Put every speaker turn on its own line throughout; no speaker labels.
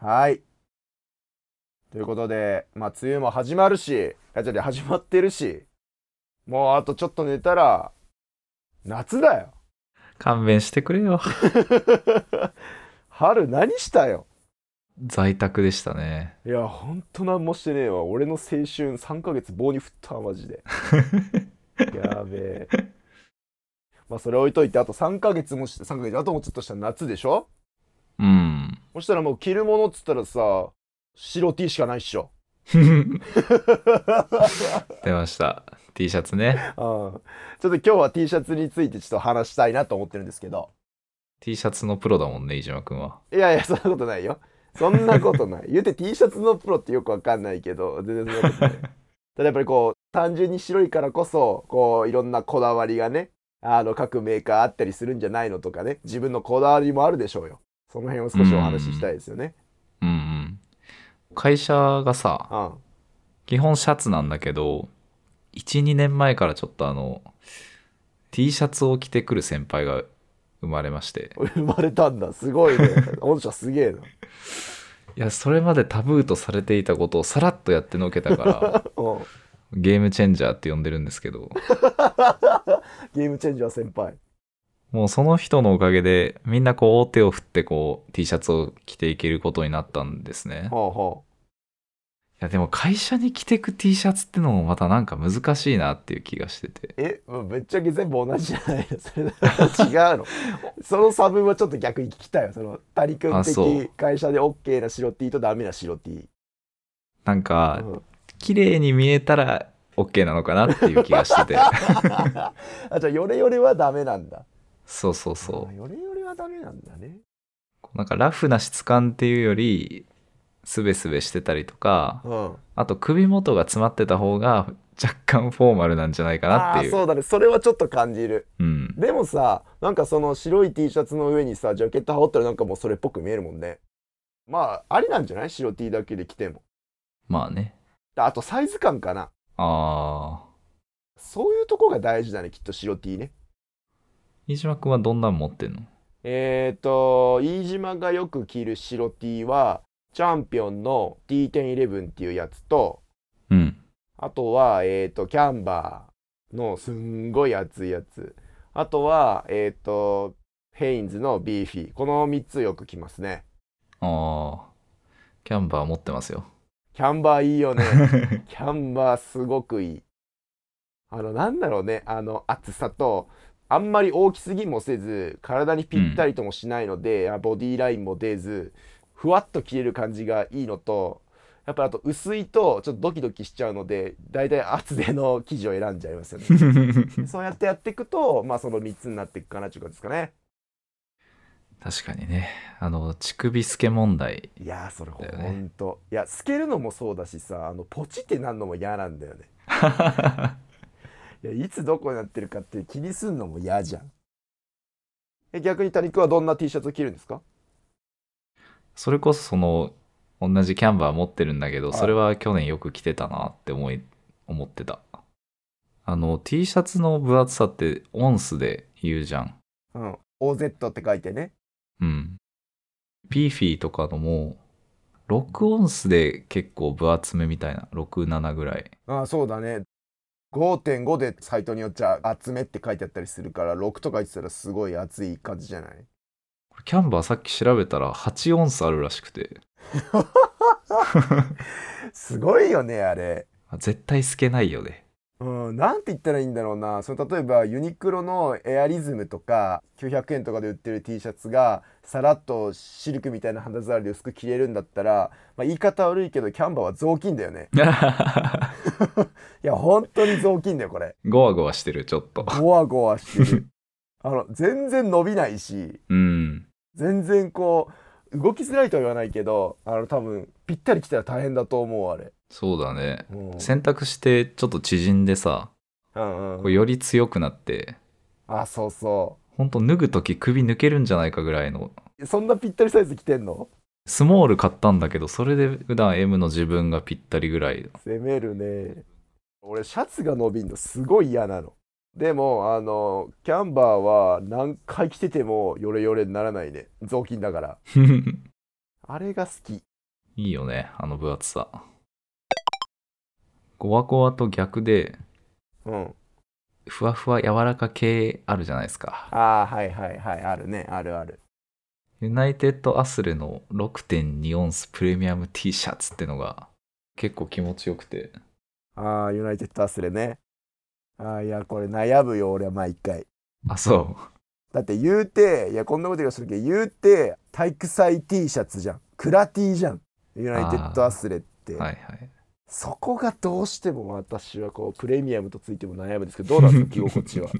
はい。ということで、まあ、梅雨も始まるし、あじゃあ始まってるし、もうあとちょっと寝たら、夏だよ。
勘弁してくれよ。
春何したよ。
在宅でした ね。
いや、ほんとなんもしてねえわ。俺の青春3ヶ月棒に振ったわ、マジで。やべえ。 まあ、それ置いといて、あと3ヶ月もして、3ヶ月、あともうちょっとしたら夏でしょ
うん。
そしたらもう着るものっつったらさ、白 T しかないっしょ。
出ました。T シャツね。
うん、ちょっと今日は T シャツについてちょっと話したいなと思ってるんですけど
T シャツのプロだもんね、飯島くんは。
いやいやそんなことないよそんなことない言うて T シャツのプロってよくわかんないけど全然そんなこと ないただやっぱりこう単純に白いからこそこういろんなこだわりがねあの各メーカーあったりするんじゃないのとかね自分のこだわりもあるでしょうよその辺を少しお話ししたいですよね
うんうん。会社がさ、
うん
基本シャツなんだけど、1、2年前からちょっとあの、T シャツを着てくる先輩が生まれまして。
生まれたんだすごいね 御社すげえない
や、それまでタブーとされていたことをさらっとやってのけたから、
うん
ゲームチェンジャーって呼んでるんですけど。
ゲームチェンジャー先輩
もうその人のおかげでみんなこう大手を振ってこう T シャツを着ていけることになったんですね。い
ほうほ
やでも会社に着てく T シャツってのもまたなんか難しいなっていう気がしてて。
うえもうぶっちゃけ全部同じじゃないのそれ違 うのその差分はちょっと逆に聞きたいよその谷君
あそう
的会社で OK な白 T とダメな白 T
なんか
うん
綺麗に見えたら OK なのかなっていう気がして て。
あじゃあヨレヨレはダメなんだ
そうそうそ
あ
う。
ヨレヨレはダメなんだね
なんかラフな質感っていうよりスベスベしてたりとか、
うん
あと首元が詰まってた方が若干フォーマルなんじゃないかな
あ
っ
あ
て
ー
いう。
そうだねそれはちょっと感じる
うん。
でもさなんかその白い T シャツの上にさジャケット羽織ったらなんかもうそれっぽく見えるもんねまあありなんじゃない白 T だけで着ても
まあね。
あとサイズ感かな
ああ。
そういうとこが大事だねきっと白 T ね
飯島くんはどんなん持ってんの
えーと飯島がよく着る白 T はチャンピオンの T1011 っていうやつと
うん。
あとはえーとキャンバーのすんごい厚いやつあとはえーとヘインズのビーフィーこの3つよく着ますね
ああ、キャンバー持ってま すよ。
キャンバーいいよねキャンバーすごくいいあのなんだろうねあの厚さとあんまり大きすぎもせず体にぴったりともしないので、あボディーラインも出ずふわっと着れる感じがいいのとやっぱりあと薄いとちょっとドキドキしちゃうので大体厚手の生地を選んじゃいますよね そうやってやっていくとまあその3つになっていくかなという感じですかね
確かにね。あの、乳首透け問 題。
いやーそれほ
だよね
んと、いや透けるのもそうだしさあのポチってなんのも嫌なんだよねいやいつどこになってるかって気にすんのも嫌じゃんえ逆に谷君はどんな T シャツを着るんですか
それこそその、同じキャンバー持ってるんだけど、
はい
それは去年よく着てたなって思い、思ってた。あの、T シャツの分厚さってオンスで言うじゃん。
うん OZ って書いてね
うん。ビーフィーとかのも、6オンスで結構分厚めみたいな。6、7ぐらい。
ああそうだね5.5でサイトによっちゃ厚めって書いてあったりするから6とか言ってたらすごい厚い感じじゃない
これキャンバーさっき調べたら8オンスあるらしくて。
すごいよねあれ
あ絶対透けないよ ね。
うん、なんて言ったらいいんだろうなその例えばユニクロのエアリズムとか900円とかで売ってる T シャツがさらっとシルクみたいな肌触りで薄く着れるんだったら、まあ、言い方悪いけどキャンバーは雑巾だよねいや本当に雑巾だよこ れ
ゴワゴワしてる、ちょっと。
ゴワゴワしてるあの全然伸びないし
うん。
全然こう動きづらいとは言わないけどあの多分ぴったり着たら大変だと思うあれ、
そうだね。
うん、
洗濯して、ちょっと縮んでさ、
うん
こ
う
うんより強くなって、
あそうそ
ほんと脱ぐとき首抜けるんじゃないかぐらいの。
うそんなぴったりサイズ着てんの
スモール買ったんだけど、それで普段 M の自分 がぴったりぐらい。
攻めるね俺シャツが伸びんのすごい嫌なのでもあのキャンバーは何回着ててもヨレヨレにならないね雑巾だからあれが好き
いいよね、あの分厚さ。ゴワゴワと逆で、
うん
ふわふわ柔らか系あるじゃないですか。
ああはいはいはいあるねあるある
ユナイテッドアスレの6.2オンスプレミアム T シャツってのが結構気持ちよくて。
ああユナイテッドアスレねああいやこれ悩むよ俺は毎回
あ、そ
だって言うていやこんなこと言うかするけど言うて体育祭 T シャツじゃんクラ T じゃんユナイテッドアスレって、
う。はいはい。
そこがどうしても私はこうプレミアムとついても悩むんですけどどうなんです か着心地は
い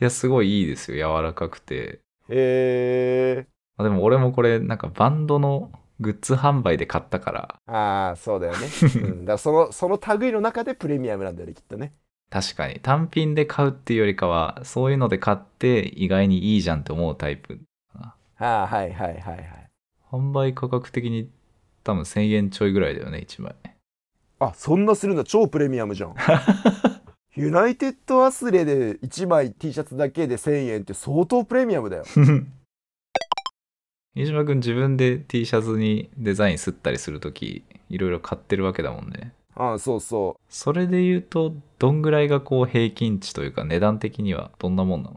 や、すごいいいですよ、柔らかくて。
へえ
あでも俺もこれ、なんかバンドのグッズ販売で買ったから、
ああそうだよね、うん、だからそのその類の中でプレミアムなんだよねきっとね
確かに単品で買うっていうよりかは、そういうので買って意外にいいじゃんって思うタイプ
ああはいはいはいはい
販売価格的に多分1000円ちょいぐらいだよね1枚
あそんなするんだ超プレミアムじゃんユナイテッドアスレで1枚 T シャツだけで1000円って相当プレミアムだよ
飯島君自分で T シャツにデザインすったりするときいろいろ買ってるわけだもんね
ああそうそう
それで言うとどんぐらいがこう平均値というか値段的にはどんなもんなの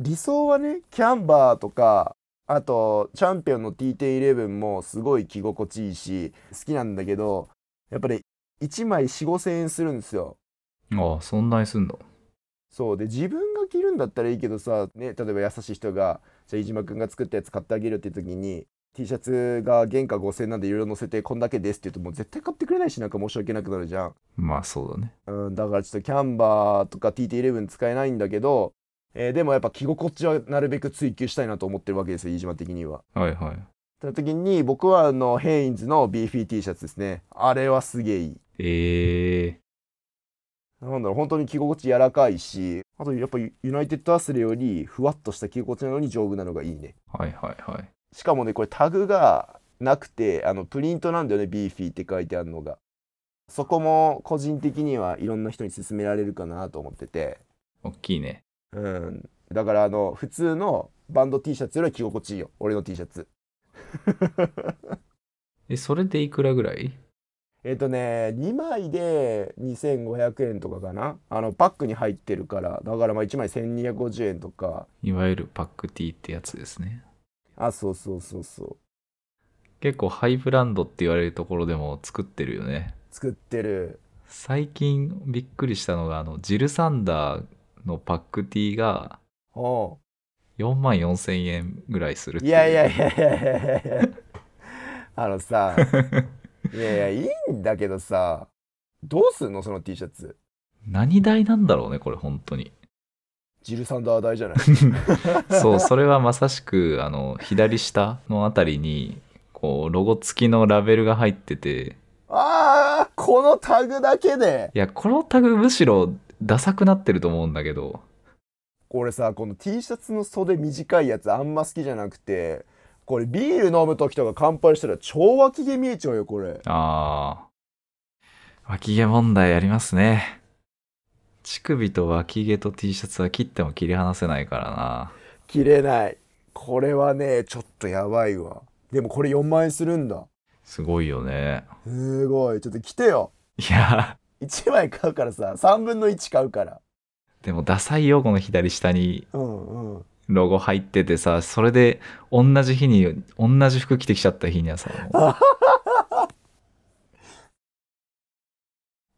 理想はねキャンバーとかあとチャンピオンの T1011 もすごい着心地いいし好きなんだけどやっぱり1枚4 5千円するんですよ
ああそんなにすんだ
そうで自分が着るんだったらいいけどさ、ね、例えば優しい人がじゃあ飯島君が作ったやつ買ってあげるって時に T シャツが原価5000円なんでいろいろ載せてこんだけですって言うともう絶対買ってくれないしなんか申し訳なくなるじゃん
まあそうだね
うん、だからちょっとキャンバーとか TT11 使えないんだけど、えーでもやっぱ着心地はなるべく追求したいなと思ってるわけですよ飯島的には。
はいはい
その時に僕はあのヘインズの BFT シャツですねあれはすげえいい。
ええ
なんだろう本当に着心地柔らかいしあとやっぱユユナイテッドアスレよりふわっとした着心地なのに丈夫なのがいいね。
はいはいはい
しかもねこれタグがなくてあのプリントなんだよね BF って書いてあるのが。そこも個人的にはいろんな人に勧められるかなと思ってて。
大きいね
うん、だからあの普通のバンド T シャツよりは着心地いいよ俺の T シャツ
えそれでいくらぐらい
えっとね2枚で2500円とかかなあのパックに入ってるからだからまあ1枚1250円とか
いわゆるパックティーってやつですね
あそうそうそうそう
結構ハイブランドって言われるところでも作ってるよね
作ってる
最近びっくりしたのがあのジルサンダーのパックティーが
おう
4万4千円ぐらいするって
い
いう
やいやいやいやいやいやあのさいやいやいいんだけどさどうすんのその T シャツ
何代なんだろうねこれ本当に
ジルサンダー代じゃない
そうそれはまさしくあの左下のあたりにこうロゴ付きのラベルが入ってて
あーこのタグだけで
いやこのタグむしろダサくなってると思うんだけど
俺さこの T シャツの袖短いやつあんま好きじゃなくてこれビール飲む時とか乾杯したら超脇毛見えちゃうよこれ
ああ脇毛問題ありますね乳首と脇毛と T シャツは切っても切り離せないからな
着れないこれはねちょっとやばいわでもこれ4万円するんだ
すごいよね
すごいちょっと着てよ
いや
1枚買うからさ3分の1買うから
でもダサいよこの左下に
うんうん
ロゴ入っててさそれで同じ日に同じ服着てきちゃった日にはさもう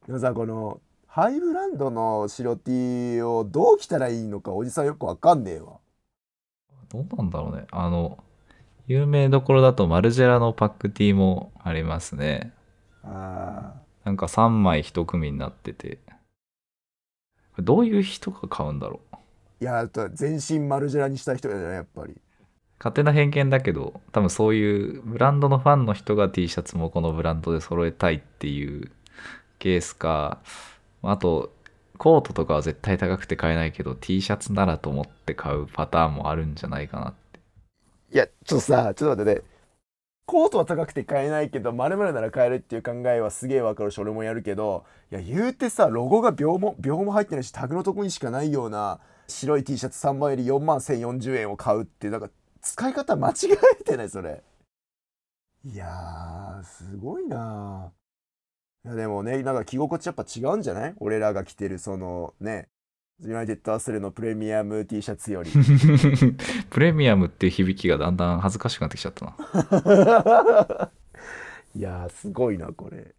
でもさこのハイブランドの白 T をどう着たらいいのかおじさんよくわかんねえわ
どうなんだろうねあの有名どころだとマルジェラのパックティーもありますね
あ
なんか3枚1組になっててこれどういう人が買うんだろう
ーいやあと全身マルジェラにしたい人だよねやっぱり
勝手な偏見だけど多分そういうブランドのファンの人が T シャツもこのブランドで揃えたいっていうケースかあとコートとかは絶対高くて買えないけど T シャツならと思って買うパターンもあるんじゃないかない
や、ちょっとさ、ちょっと待ってね。コートは高くて買えないけど丸々なら買えるっていう考えはすげえわかるし俺もやるけどいや言うてさロゴが秒も秒も入ってないしタグのとこにしかないような白い T シャツ3枚入り4万1040円を買うってなんか使い方間違えてないそれいやーすごいないやでもねなんか着心地やっぱ違うんじゃない俺らが着てるそのねユナイテッドアスルのプレミアム T シャツより
プレミアムっていう響きがだんだん恥ずかしくなってきちゃったな。
いやーすごいなこれ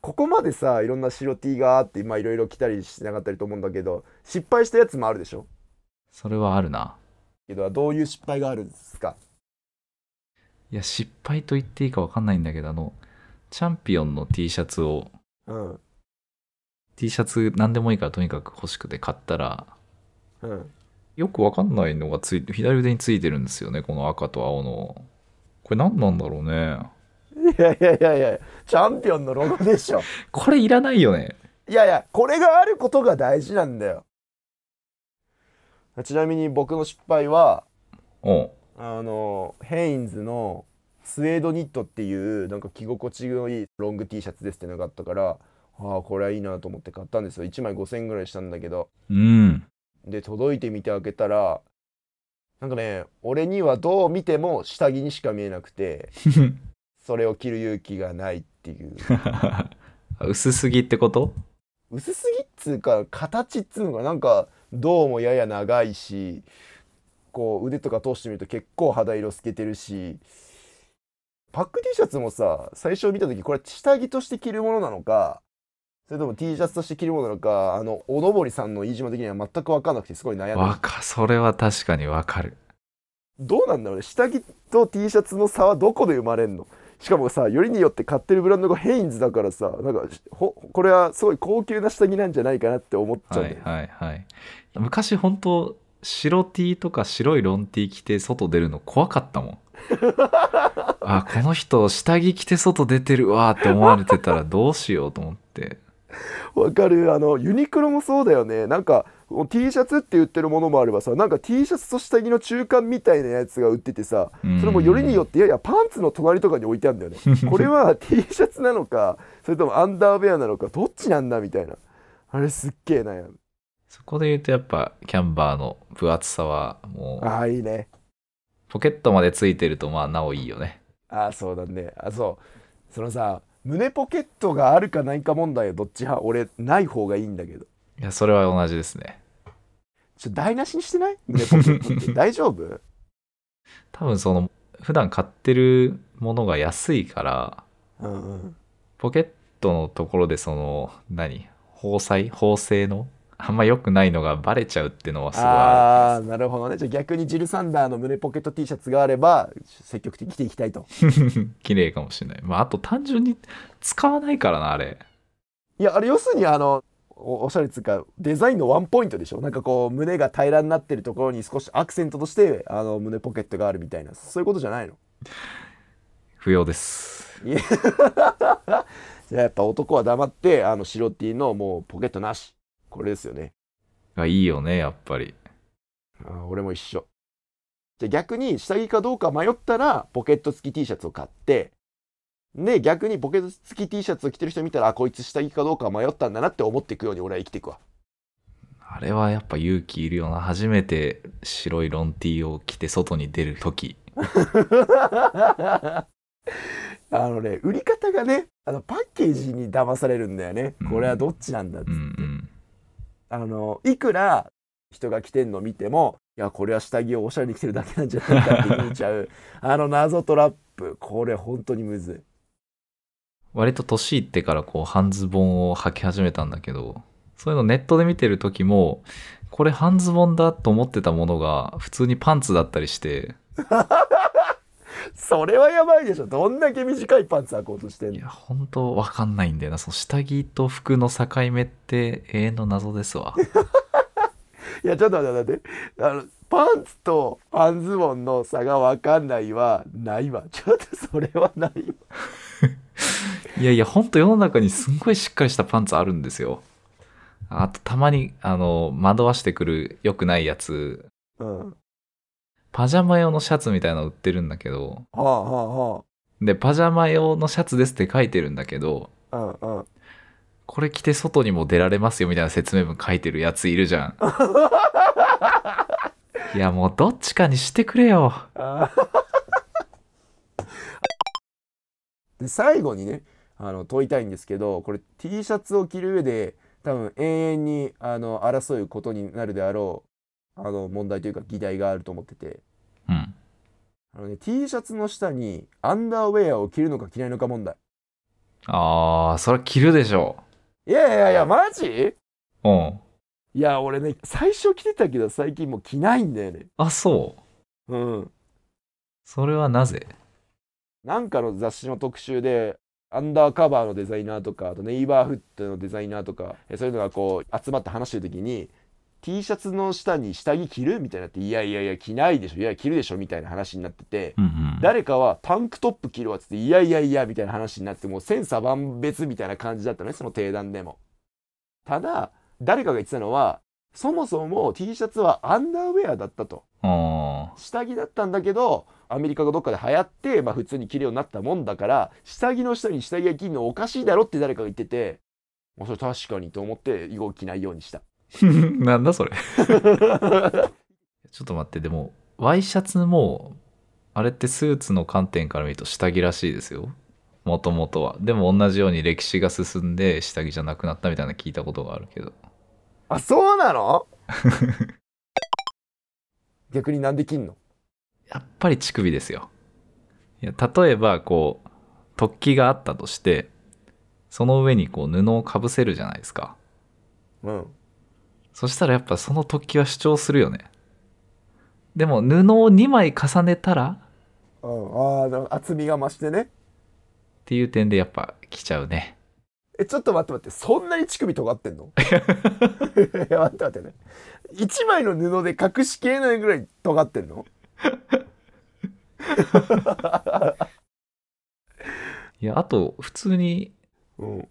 ここまでさいろんな白 T があって今いろいろ来たりしなかったりと思うんだけど失敗したやつもあるでしょ
それはあるな。
けどどういう失敗があるんですか
いや、失敗と言っていいかわかんないんだけど、あの、チャンピオンの T シャツを、
うん、
T シャツ何でもいいからとにかく欲しくて買ったら、
うん、
よくわかんないのがついて、左腕についてるんですよね、この赤と青の。これ何なんだろうね。
いやいやいやいやチャンピオンのロゴでしょ
これいらないよね。
いやいやこれがあることが大事なんだよちなみに僕の失敗は
おう
あのヘインズのスウェードニットっていうなんか着心地のいいロング T シャツですってのがあったからああこれはいいなと思って買ったんですよ1枚5,000円ぐらいしたんだけど
うん。
で届いてみて開けたらなんかね俺にはどう見ても下着にしか見えなくてそれを着る勇気がないっていう
薄すぎってこと
薄すぎっつうか形っつうのがなんかどうもやや長いしこう腕とか通してみると結構肌色透けてるしパック T シャツもさ最初見た時これ下着として着るものなのかそれとも T シャツとして着るものなのかあのおのぼりさんの飯島的には全く分かんなくてすごい悩んで
わ
る
か、それは確かにわかる。
どうなんだろうね下着と T シャツの差はどこで生まれんのしかもさよりによって買ってるブランドがヘインズだからさなんかほこれはすごい高級な下着なんじゃないかなって思っちゃうん
は
だよ
い
ね
はいはい。昔本当白 T とか白いロン T 着て外出るの怖かったも ん。あこの人下着着て外出てるわーって思われてたらどうしようと思って。
わかるあのユニクロもそうだよねなんかこう T シャツって売ってるものもあればさなんか T シャツと下着の中間みたいなやつが売っててさ
うん
それもよりによっていやいやパンツの隣とかに置いてあるんだ よねこれは T シャツなのかそれともアンダーウェアなのかどっちなんだみたいなあれすっげえ悩む
そこで言うとやっぱキャンバーの分厚さはもう
ああいいね
ポケットまでついてるとまあなおいいよね。
ああそうだねあそうそのさ胸ポケットがあるかないか問題はどっち派俺ない方がいいんだけど
いやそれは同じですね。
ちょっと台無しにしてない胸ポケット って大丈夫
多分その普段買ってるものが安いから
うんうん
ポケットのところでその何縫製縫製のあんま良くないのがバレちゃうってのはすごい
あ
あ
あーなるほどねじゃあ逆にジル・サンダーの胸ポケット T シャツがあれば積極的に着ていきたいと
る綺麗かもしれない、まあ、あと単純に使わないからなあれ
いやあれ要するにあのおおしゃれっつうかデザインのワンポイントでしょなんかこう胸が平らになってるところに少しアクセントとしてあの胸ポケットがあるみたいなそういうことじゃないの
不要です
いやじゃあやっぱ男は黙ってあの白 T のもうポケットなしこれですよね
がいいよねやっぱり
あー俺も一緒じゃあ逆に下着かどうか迷ったらポケット付き T シャツを買ってで逆にポケット付き T シャツを着てる人見たらあこいつ下着かどうか迷ったんだなって思っていくように俺は生きていく わ
あれはやっぱ勇気いるよな初めて白いロン T を着て外に出る時
あのね売り方がねあのパッケージに騙されるんだよねこれはどっちなんだっつって、
うんうん
あのいくら人が着てんの見てもいやこれは下着をおしゃれに着てるだけなんじゃないかって見ちゃうあの謎トラップこれ本当にむず
割と年いってからこう半ズボンを履き始めたんだけどそういうのネットで見てる時もこれ半ズボンだと思ってたものが普通にパンツだったりして
いそれはやばいでしょどんだけ短いパンツ履こうとしてん
い
の
や本当わかんないんだよなその下着と服の境目って永遠の謎ですわ
いやちょっと待って待ってあのパンツとパンズボンの差が分かんないはないわちょっとそれはないわ
いやいや本当世の中にすんごいしっかりしたパンツあるんですよあとたまにあの惑わしてくる良くないやつ
うん
パジャマ用のシャツみたいなの売ってるんだけど、
はあは
で、パジャマ用のシャツですって書いてるんだけど、
あはあ。うんう ん。
これ着て外にも出られますよみたいな説明文書いてるやついるじゃん。いや、もうどっちかにしてくれよ。
あーで最後にねあの問いたいんですけどこれ T シャツを着る上で多分永遠にあの争うことになるであろうあの問題というか議題があると思ってて
うん。
あの、ね、T シャツの下にアンダーウェアを着るのか着ないのか問題
あー、それ着るでしょ。
いやいやいやマジ
うん。
いや俺ね最初着てたけど最近もう着ないんだよね
あ、そう。
うん
それはなぜ
なんかの雑誌の特集でアンダーカバーのデザイナーとかあとネイバーフットのデザイナーとかえそういうのがこう集まって話してる時に T シャツの下に下着着るみたいになっていやいやいや着ないでしょいや着るでしょみたいな話になってて
うんうん。
誰かはタンクトップ着るわっつっていやいやいやみたいな話になってもう千差万別みたいな感じだったのねその定談でもただ誰かが言ってたのはそもそも T シャツはアンダーウェアだったと
あ
下着だったんだけどアメリカがどっかで流行って、まあ、普通に着るようになったもんだから下着の下に下着が着るのおかしいだろって誰かが言ってて、まあ、それ確かにと思って以後着ないようにした。
ー。 なんだそれ。ちょっと待って、でも、ワイシャツも、あれってスーツの観点から見ると下着らしいですよ。もともとは。でも同じように歴史が進んで下着じゃなくなったみたいなの聞いたことがあるけど。
あそうな の逆になんで着んの
やっぱり乳首ですよ。いや例えば、こう、突起があったとして、その上にこう布をかぶせるじゃないですか。
うん。
そしたらやっぱその突起は主張するよね。でも布を2枚重ねたら
うん、あーな厚みが増してね。
っていう点でやっぱ来ちゃうね。
え、ちょっと待って待って、そんなに乳首尖ってん のいや、待って待ってね。一枚の布で隠しきれないぐらい尖ってんの
いや、あと普通に
うん。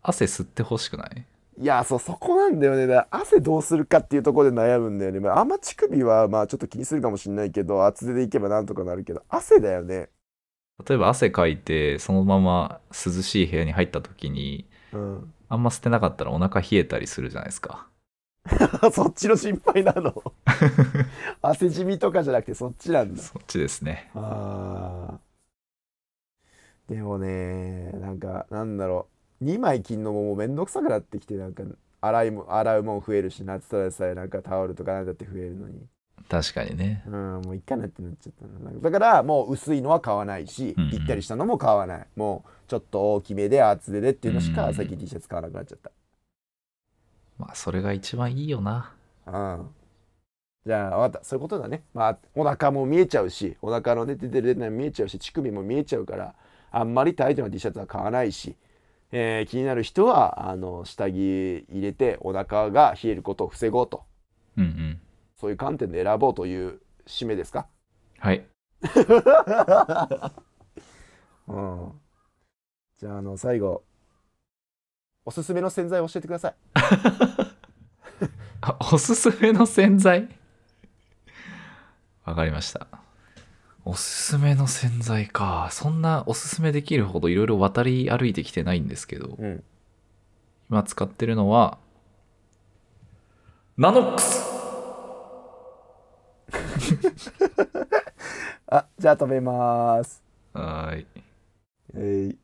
汗吸ってほしくない
いや、そう、そこなんだよね。だから汗どうするかっていうところで悩むんだよね。まあ、あんま乳首は、まあ、ちょっと気にするかもしれないけど、厚手でいけばなんとかなるけど、汗だよね。
例えば汗かいてそのまま涼しい部屋に入った時に
うん。
あんま捨てなかったらお腹冷えたりするじゃないですか。
そっちの心配な の。汗じみとかじゃなくて、そっちなんだ。
そっちですね。
あーでもね、なんか、なんだろう。2枚着んのももうめんどくさくなってきて、なんか、洗いも、洗うもん増えるし、夏とらでさえなんかタオルとかなんだって増えるのに。
確かにね。
うん、もういっかなってなっちゃったなだからもう薄いのは買わないし、
うんうん
ぴったりしたのも買わないもうちょっと大きめで厚手でっていうのし
うんう
か
ん
最近 T シャツ買わなくなっちゃった、
まあそれが一番いいよな。
うん、じゃあ分かったそういうことだねまあお腹も見えちゃうしお腹のね出てる出てないの見えちゃうし乳首も見えちゃうからあんまりタイトな T シャツは買わないし、えー気になる人はあの下着入れてお腹が冷えることを防ごうと
うんうん。
そういう観点で選ぼうという締めですか
はい。
うん。じゃあ、あの、最後、おすすめの洗剤を教えてください。
あおすすめの洗剤わかりました。おすすめの洗剤か。そんなおすすめできるほどいろいろ渡り歩いてきてないんですけど、
うん。
今使ってるのは、ナノックス
あ、じゃあ、食べます。
はーい。
えい。